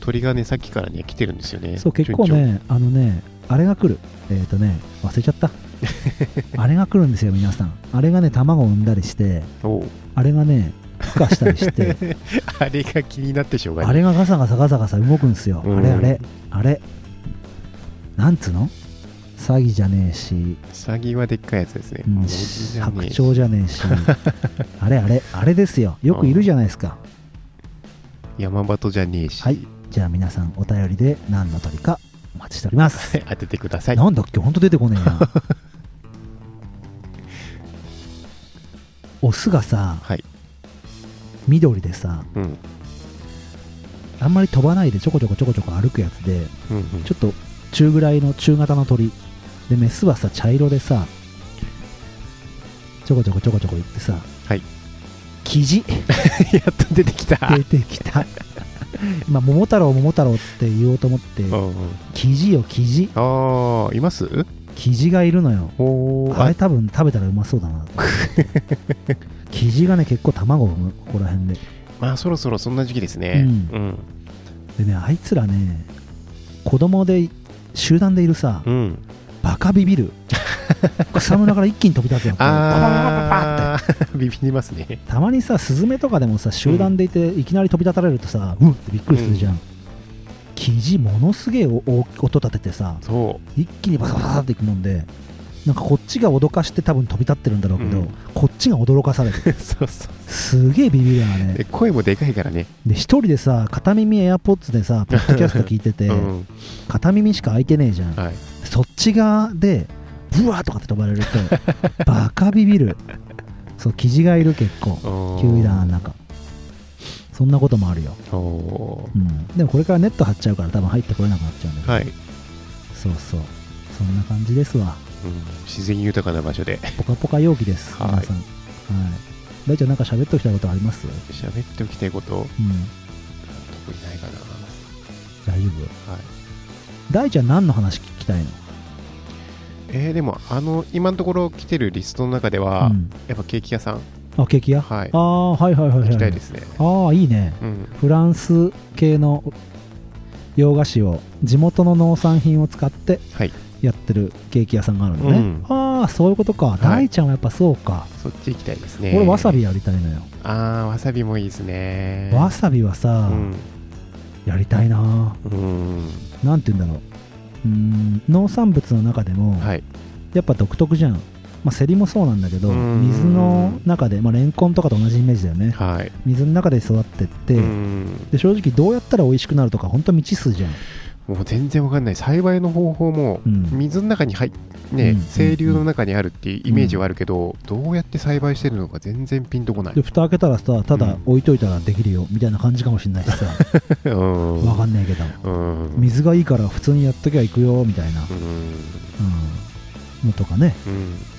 [SPEAKER 2] 鳥がねさっきからね来てるんですよね
[SPEAKER 1] そう結構
[SPEAKER 2] ちょいち
[SPEAKER 1] ねあのねあれが来るえっ、とね忘れちゃった あれが来るんですよ皆さんあれがね卵を産んだりして
[SPEAKER 2] ょいおう
[SPEAKER 1] あれがね孵化したりして
[SPEAKER 2] あれが気になってしょうがない
[SPEAKER 1] あれがガサガサガサガサ動くんすよ、
[SPEAKER 2] うん
[SPEAKER 1] あれあれあれなんつうの詐欺じゃねえし、
[SPEAKER 2] サギはでっかいやつですね
[SPEAKER 1] うん
[SPEAKER 2] おじじゃね
[SPEAKER 1] 白
[SPEAKER 2] え
[SPEAKER 1] 鳥じゃねえ しあれあれあれですよよくいるじゃないですか、
[SPEAKER 2] 山鳩じゃねえし、
[SPEAKER 1] はいじゃあ皆さんお便りで何の鳥かお待ちしております、
[SPEAKER 2] 当ててください
[SPEAKER 1] なんだっけほんと出てこねえ なオスがさ
[SPEAKER 2] はい
[SPEAKER 1] 緑でさ
[SPEAKER 2] うんうん
[SPEAKER 1] あんまり飛ばないでちょこちょこちょこちょこ歩くやつで
[SPEAKER 2] うん
[SPEAKER 1] ちょっと中ぐらいの中型の鳥でメスはさ茶色でさちょこちょこちょこちょこ行ってさ
[SPEAKER 2] はい
[SPEAKER 1] キジ
[SPEAKER 2] やっと出てきた
[SPEAKER 1] 出てき た今桃太郎桃太郎って言おうと思って
[SPEAKER 2] うんうん
[SPEAKER 1] キジよキジ
[SPEAKER 2] ああいます
[SPEAKER 1] キジがいるのよ
[SPEAKER 2] おー
[SPEAKER 1] あれ多分食べたらうまそうだ なと思ってキジがね結構卵を産むここら辺で
[SPEAKER 2] まあそろそろそんな時期ですね
[SPEAKER 1] う
[SPEAKER 2] うん
[SPEAKER 1] でねあいつらね子供で集団でいるさ
[SPEAKER 2] うん
[SPEAKER 1] バカビビ る草むらから一気に飛び立つやんパパパパパって
[SPEAKER 2] ああビビりますね
[SPEAKER 1] たまにさスズメとかでもさ集団でいて、いきなり飛び立たれるとさうんってびっくりするじゃん、キジものすげえお大きい音立ててさ
[SPEAKER 2] そ
[SPEAKER 1] 一気にバサバサっていくもんでなんかこっちが脅かして多分飛び立ってるんだろうけど、
[SPEAKER 2] うん
[SPEAKER 1] こっちが驚かされ て
[SPEAKER 2] うそうそう
[SPEAKER 1] すげえビビるよね
[SPEAKER 2] で声もでかいからね
[SPEAKER 1] で一人でさ片耳エアポッツでさポッドキャスト聞いてて、
[SPEAKER 2] うん
[SPEAKER 1] 片耳しか開いてねえじゃん
[SPEAKER 2] はい
[SPEAKER 1] そっち側でブワーとかって飛ばれ るとバカビビるそうキジがいる結構
[SPEAKER 2] 球
[SPEAKER 1] 球団の中そんなこともあるよ、
[SPEAKER 2] お
[SPEAKER 1] うん、でもこれからネット張っちゃうから多分入ってこれなくなっちゃうんだけ
[SPEAKER 2] ー
[SPEAKER 1] ど、
[SPEAKER 2] はい、うん
[SPEAKER 1] そうそうそんな感じですわ
[SPEAKER 2] 自然豊かな場所で
[SPEAKER 1] ポカポカ容器です
[SPEAKER 2] はい
[SPEAKER 1] 皆さんはい大ちゃんなんか喋っときたいことありますう
[SPEAKER 2] 喋っておきたいこと
[SPEAKER 1] ん
[SPEAKER 2] 特にないかな
[SPEAKER 1] 大丈夫
[SPEAKER 2] はい
[SPEAKER 1] 大ちゃん何の話聞きたいの
[SPEAKER 2] えー、でもあの今のところ来てるリストの中では、
[SPEAKER 1] うん、
[SPEAKER 2] やっぱケーキ屋さん
[SPEAKER 1] あケーキ屋
[SPEAKER 2] はい
[SPEAKER 1] ああはいはいはいはい
[SPEAKER 2] 行きたいですね、
[SPEAKER 1] ああいいね
[SPEAKER 2] うん
[SPEAKER 1] フランス系の洋菓子を地元の農産品を使って
[SPEAKER 2] はい
[SPEAKER 1] やってるケーキ屋さんがあるのね、
[SPEAKER 2] うん
[SPEAKER 1] ああそういうことか、大ちゃんはやっぱそうか、
[SPEAKER 2] そっち行きたいですね
[SPEAKER 1] 俺わさびやりたいのよ、
[SPEAKER 2] あーわさびもいいですね
[SPEAKER 1] わさびはさ、
[SPEAKER 2] うん
[SPEAKER 1] やりたいな
[SPEAKER 2] うん
[SPEAKER 1] なんて言うんだろううーん農産物の中でも、
[SPEAKER 2] はい
[SPEAKER 1] やっぱ独特じゃん、まあ、セリもそうなんだけど
[SPEAKER 2] うん
[SPEAKER 1] 水の中で、まあ、レンコンとかと同じイメージだよね
[SPEAKER 2] はい
[SPEAKER 1] 水の中で育ってって、
[SPEAKER 2] うん
[SPEAKER 1] で正直どうやったら美味しくなるとか本当未知数じゃん
[SPEAKER 2] もう全然わかんない栽培の方法も
[SPEAKER 1] うん
[SPEAKER 2] 水の中に入っね、
[SPEAKER 1] うん
[SPEAKER 2] 清流の中にあるっていうイメージはあるけど、どうやって栽培してるのか全然ピンとこない
[SPEAKER 1] で、蓋開けたらさた
[SPEAKER 2] う
[SPEAKER 1] だ
[SPEAKER 2] ん
[SPEAKER 1] 置いといたらできるよみたいな感じかもしれないし さ
[SPEAKER 2] うん
[SPEAKER 1] わかんないけど
[SPEAKER 2] うんうん
[SPEAKER 1] 水がいいから普通にやっときゃいくよみたいな、うん、のとかね
[SPEAKER 2] うん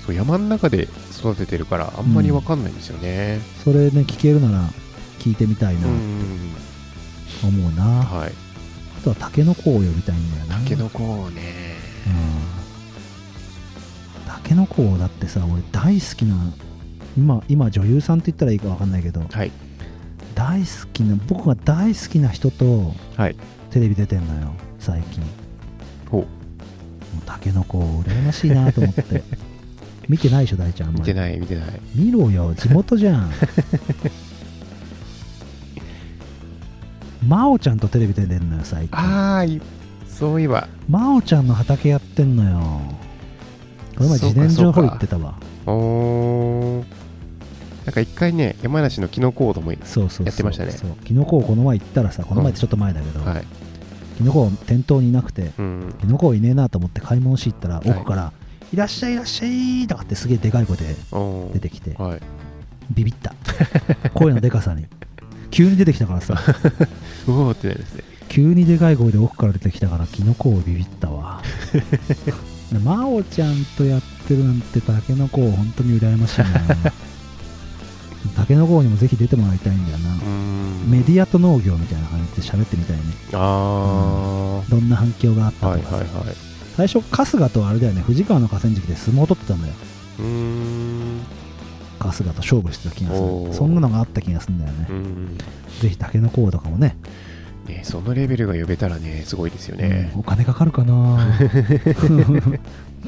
[SPEAKER 2] そう山の中で育ててるからあんまりわかんないんですよね
[SPEAKER 1] それね聞けるなら聞いてみたいな、
[SPEAKER 2] うん
[SPEAKER 1] 思うな、あ
[SPEAKER 2] はい
[SPEAKER 1] とはタケノコを呼びたいんだよな
[SPEAKER 2] タケノコをね
[SPEAKER 1] うんタケノコだってさ俺大好きな今今女優さんって言ったらいいか分かんないけど
[SPEAKER 2] はい
[SPEAKER 1] 大好きな僕が大好きな人と
[SPEAKER 2] はい
[SPEAKER 1] テレビ出てんのよ最近
[SPEAKER 2] ほう
[SPEAKER 1] もうタケノコ羨ましいなと思って 見てないでしょ大ちゃんあん
[SPEAKER 2] 見
[SPEAKER 1] ま
[SPEAKER 2] て
[SPEAKER 1] り
[SPEAKER 2] ない見てない
[SPEAKER 1] 見ろよ地元じゃ ん真央ちゃんとテレビ出てんのよ最近
[SPEAKER 2] ああそういえば
[SPEAKER 1] 真央ちゃんの畑やってんのよこれ前
[SPEAKER 2] そう
[SPEAKER 1] 自
[SPEAKER 2] か
[SPEAKER 1] 然情
[SPEAKER 2] そ
[SPEAKER 1] 報
[SPEAKER 2] う
[SPEAKER 1] 行
[SPEAKER 2] か
[SPEAKER 1] ってたわ
[SPEAKER 2] おーなんか一回ね山梨のキノコードもいい
[SPEAKER 1] そうそうそう
[SPEAKER 2] やってましたね
[SPEAKER 1] そうキノコをこの前行ったらさこの前ってちょっと前だけど、
[SPEAKER 2] はい
[SPEAKER 1] キノコ店頭にいなくて
[SPEAKER 2] うん
[SPEAKER 1] キノコいねえなと思って買い物し行ったら
[SPEAKER 2] い
[SPEAKER 1] 奥から、い、らっしゃいいらっしゃいとかってすげえでかい声で
[SPEAKER 2] おー
[SPEAKER 1] 出てきて
[SPEAKER 2] はい
[SPEAKER 1] ビビった声のでかさに急に出てきたからさ
[SPEAKER 2] うおーってなりますね
[SPEAKER 1] 急にでかい声で奥から出てきたからキノコをビビった わで真央ちゃんとやってるなんてタケノコ本当に羨ましい なタケノコにもぜひ出てもらいたいんだよな、
[SPEAKER 2] うん
[SPEAKER 1] メディアと農業みたいな感じで喋ってみたいね
[SPEAKER 2] あ
[SPEAKER 1] どんな反響があっ
[SPEAKER 2] あ
[SPEAKER 1] た
[SPEAKER 2] はい
[SPEAKER 1] とかさ、
[SPEAKER 2] はいはい
[SPEAKER 1] 最初春日とあれだよね藤川の河川敷で相撲を取ってたんだよ
[SPEAKER 2] うーん
[SPEAKER 1] 春日と勝負してた気がす
[SPEAKER 2] おー
[SPEAKER 1] るそんなのがあった気がするんだよね、
[SPEAKER 2] うん
[SPEAKER 1] ぜひタケノコとかもね
[SPEAKER 2] ねそのレベルが呼べたらねすごいですよね
[SPEAKER 1] う、んお金かかるか な で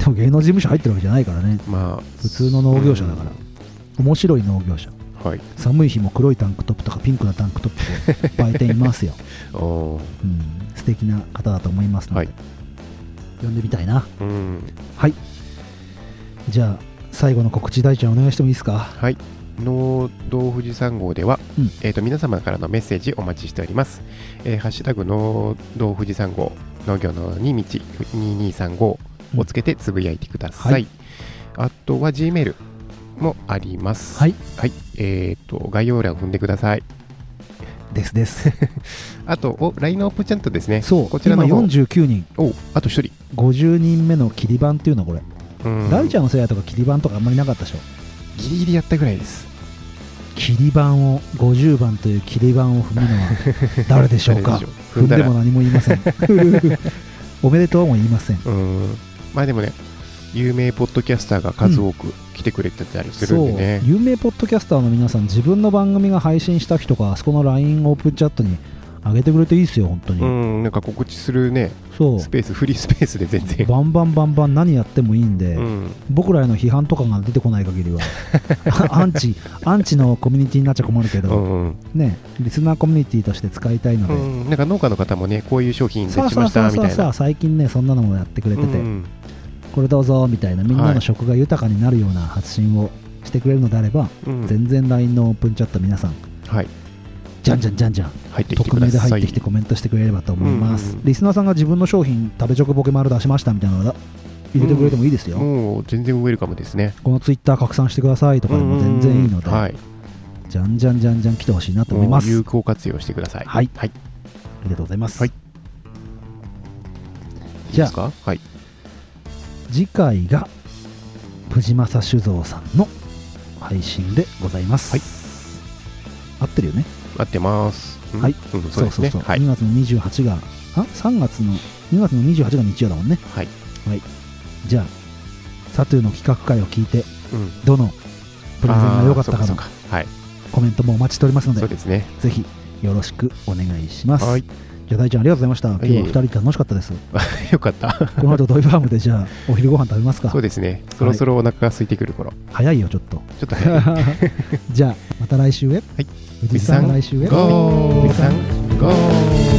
[SPEAKER 1] も芸能事務所入ってるわけじゃないからね
[SPEAKER 2] まあ
[SPEAKER 1] 普通の農業者だから面白い農業者
[SPEAKER 2] うんはい
[SPEAKER 1] 寒い日も黒いタンクトップとかピンクなタンクトップで 売店いますよ、
[SPEAKER 2] おー
[SPEAKER 1] うん、素敵な方だと思いますので、
[SPEAKER 2] はい
[SPEAKER 1] 呼んでみたいな
[SPEAKER 2] うん
[SPEAKER 1] はいじゃあ最後の告知大ちゃんお願いしてもいいですか
[SPEAKER 2] はい。農道富士山号では、
[SPEAKER 1] うん
[SPEAKER 2] えー、と皆様からのメッセージお待ちしております。えーハッシュタグ農道富士山号農業のに道2235をつけてつぶやいてください。
[SPEAKER 1] はい
[SPEAKER 2] あとは G メールもあります。
[SPEAKER 1] はい
[SPEAKER 2] えっ、と概要欄を踏んでください。
[SPEAKER 1] ですです
[SPEAKER 2] あとお LINE のオープンチャットですね。
[SPEAKER 1] そう
[SPEAKER 2] こちらの
[SPEAKER 1] 今
[SPEAKER 2] 方
[SPEAKER 1] 49人
[SPEAKER 2] おあと一人。
[SPEAKER 1] 50人目の切り板っていうのこれ、
[SPEAKER 2] うん
[SPEAKER 1] 大ちゃんの世代とか切り板とかあんまりなかったでしょ
[SPEAKER 2] ギリギリやったぐらいです。
[SPEAKER 1] 切り板を50番という切り板を踏むのは誰でしょうか
[SPEAKER 2] 誰でし
[SPEAKER 1] 踏
[SPEAKER 2] ょう踏
[SPEAKER 1] ん
[SPEAKER 2] んだ
[SPEAKER 1] で
[SPEAKER 2] ら
[SPEAKER 1] も何も言いま せんおめでとうも言いません
[SPEAKER 2] うん。まあでもね有名ポッドキャスターが数多く来てくれてたりするんでね。
[SPEAKER 1] 有名ポッドキャスターの皆さん自分の番組が配信した日とかあそこの LINE オープンチャットに上げてくれていいですよ本当に、
[SPEAKER 2] うん、なんか告知するね、
[SPEAKER 1] そう
[SPEAKER 2] スペース、フリースペースで全然。
[SPEAKER 1] バンバンバンバン何やってもいいんで、
[SPEAKER 2] うん、
[SPEAKER 1] 僕らへの批判とかが出てこない限りは アンチアンチのコミュニティになっちゃ困るけ
[SPEAKER 2] う
[SPEAKER 1] ど、
[SPEAKER 2] ん、
[SPEAKER 1] ねリスナーコミュニティとして使いたいので、
[SPEAKER 2] うん、なんか農家の方もね、こういう商品出し
[SPEAKER 1] さあ
[SPEAKER 2] ま
[SPEAKER 1] さあ
[SPEAKER 2] した
[SPEAKER 1] さあ
[SPEAKER 2] み
[SPEAKER 1] さ
[SPEAKER 2] た
[SPEAKER 1] あ
[SPEAKER 2] い
[SPEAKER 1] さ
[SPEAKER 2] な。
[SPEAKER 1] あ最近ねそんなのもやってくれて
[SPEAKER 2] う
[SPEAKER 1] て、
[SPEAKER 2] ん、
[SPEAKER 1] これどうぞみたいなみんな
[SPEAKER 2] は
[SPEAKER 1] の
[SPEAKER 2] い
[SPEAKER 1] 食が豊かになるような発信をしてくれるのであれば、
[SPEAKER 2] うん
[SPEAKER 1] 全然 LINE のオープンチャット皆さん
[SPEAKER 2] はい、
[SPEAKER 1] じゃんじゃんじゃんじゃん
[SPEAKER 2] 入ってき
[SPEAKER 1] 匿
[SPEAKER 2] てくだ
[SPEAKER 1] 名で
[SPEAKER 2] さい。
[SPEAKER 1] 入ってきてコメントしてくれればと思います、
[SPEAKER 2] うんうん
[SPEAKER 1] リスナーさんが自分の商品食べチョクボケ丸出しましたみたいなのだ入れてくれてもいいですよ、
[SPEAKER 2] もう全然ウェルカムですね。
[SPEAKER 1] このツイッター拡散してくださいとかでも全然いいので、
[SPEAKER 2] うんはい、
[SPEAKER 1] じゃんじゃんじゃんじゃん来てほしいなと思い
[SPEAKER 2] も
[SPEAKER 1] ま
[SPEAKER 2] う
[SPEAKER 1] す。
[SPEAKER 2] 有効活用してください。
[SPEAKER 1] はい
[SPEAKER 2] はい。
[SPEAKER 1] ありがとうございます。
[SPEAKER 2] はい
[SPEAKER 1] じゃあ
[SPEAKER 2] いいですかはい。
[SPEAKER 1] 次回が藤正酒造さんの配信でございます。
[SPEAKER 2] はい
[SPEAKER 1] 合ってるよね。
[SPEAKER 2] 合ってます。うん
[SPEAKER 1] はい。
[SPEAKER 2] うんそうです
[SPEAKER 1] そ
[SPEAKER 2] ね。
[SPEAKER 1] うそうそう
[SPEAKER 2] はい
[SPEAKER 1] 2。月の28が、あ ?3 月の、2月の28が日曜だもんね。
[SPEAKER 2] はい。
[SPEAKER 1] じゃあ、サトゥーの企画会を聞いて、
[SPEAKER 2] うん。
[SPEAKER 1] どのプレゼンが良かった
[SPEAKER 2] あー
[SPEAKER 1] か
[SPEAKER 2] そう
[SPEAKER 1] の
[SPEAKER 2] かそうかはい。
[SPEAKER 1] コメントもお待ちしておりますの
[SPEAKER 2] そう
[SPEAKER 1] で、
[SPEAKER 2] ですね。
[SPEAKER 1] ぜひよろしくお願いします。
[SPEAKER 2] はい。
[SPEAKER 1] じゃあ大ちゃんありがとうございました。
[SPEAKER 2] いえいえ
[SPEAKER 1] 今日は2人楽しかったです。
[SPEAKER 2] よかった。
[SPEAKER 1] この後ドイファームでじ ゃあお昼ご飯食べますか
[SPEAKER 2] そう。ですね。そろそろお腹が空いてくる頃。ち
[SPEAKER 1] 早いよちょっ と。
[SPEAKER 2] ょっと早い。。
[SPEAKER 1] じゃあまた来週へ。はい藤井さん
[SPEAKER 2] 藤井さん
[SPEAKER 1] 来週へ。
[SPEAKER 2] ゴーさん、ゴー。